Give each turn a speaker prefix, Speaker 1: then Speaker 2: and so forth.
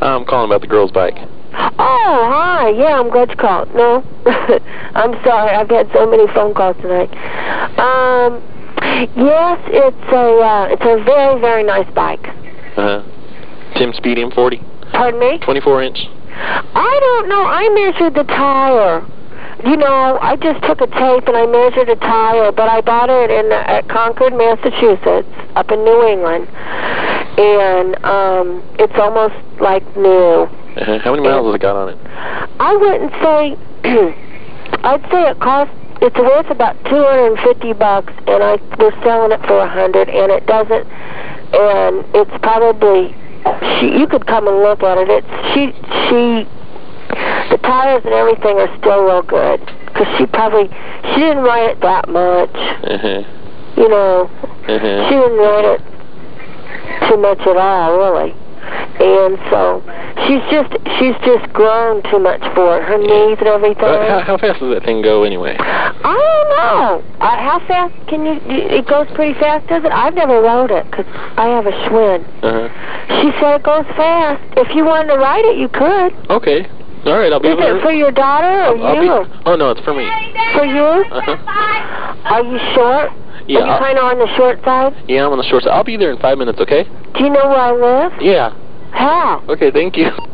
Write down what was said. Speaker 1: about the girl's bike.
Speaker 2: Oh, hi. Yeah, I'm glad you called. No, I'm sorry. I've had so many phone calls tonight. Um, yes, it's a uh, it's a very very nice bike.
Speaker 1: Uh huh. Tim Speed M40,
Speaker 2: Pardon me.
Speaker 1: 24 inch.
Speaker 2: I don't know. I measured the tire. You know, I just took a tape and I measured a tire, but I bought it in at Concord, Massachusetts, up in New England, and um, it's almost like new.
Speaker 1: Uh-huh. How many miles has it got on it?
Speaker 2: I wouldn't say. I'd say it cost. It's worth about two hundred and fifty bucks, and I we're selling it for a hundred, and it doesn't. And it's probably. She, you could come and look at it. It's she. She. The tires and everything are still real good because she probably she didn't ride it that much.
Speaker 1: Uh
Speaker 2: You know,
Speaker 1: huh. Uh
Speaker 2: she
Speaker 1: huh.
Speaker 2: didn't ride it too much at all, really. And so she's just she's just grown too much for it. Her knees and everything.
Speaker 1: But Uh, how, how fast does that thing go anyway?
Speaker 2: I don't know. Uh, how fast can you? It goes pretty fast, does it? I've never rode it because I have a Schwinn.
Speaker 1: Uh huh.
Speaker 2: She said it goes fast. If you wanted to ride it, you could.
Speaker 1: Okay. All right. I'll be.
Speaker 2: Is
Speaker 1: over
Speaker 2: it for your daughter or
Speaker 1: I'll, I'll
Speaker 2: you?
Speaker 1: be. Oh no, it's for me.
Speaker 2: For you?
Speaker 1: Uh-huh.
Speaker 2: Are you short?
Speaker 1: Yeah.
Speaker 2: Are you
Speaker 1: I'll,
Speaker 2: kind of on the short side?
Speaker 1: yeah. I'm on the short side. I'll be there in five minutes. Okay.
Speaker 2: Do you know where I live?
Speaker 1: Yeah.
Speaker 2: How?
Speaker 1: Okay. Thank you.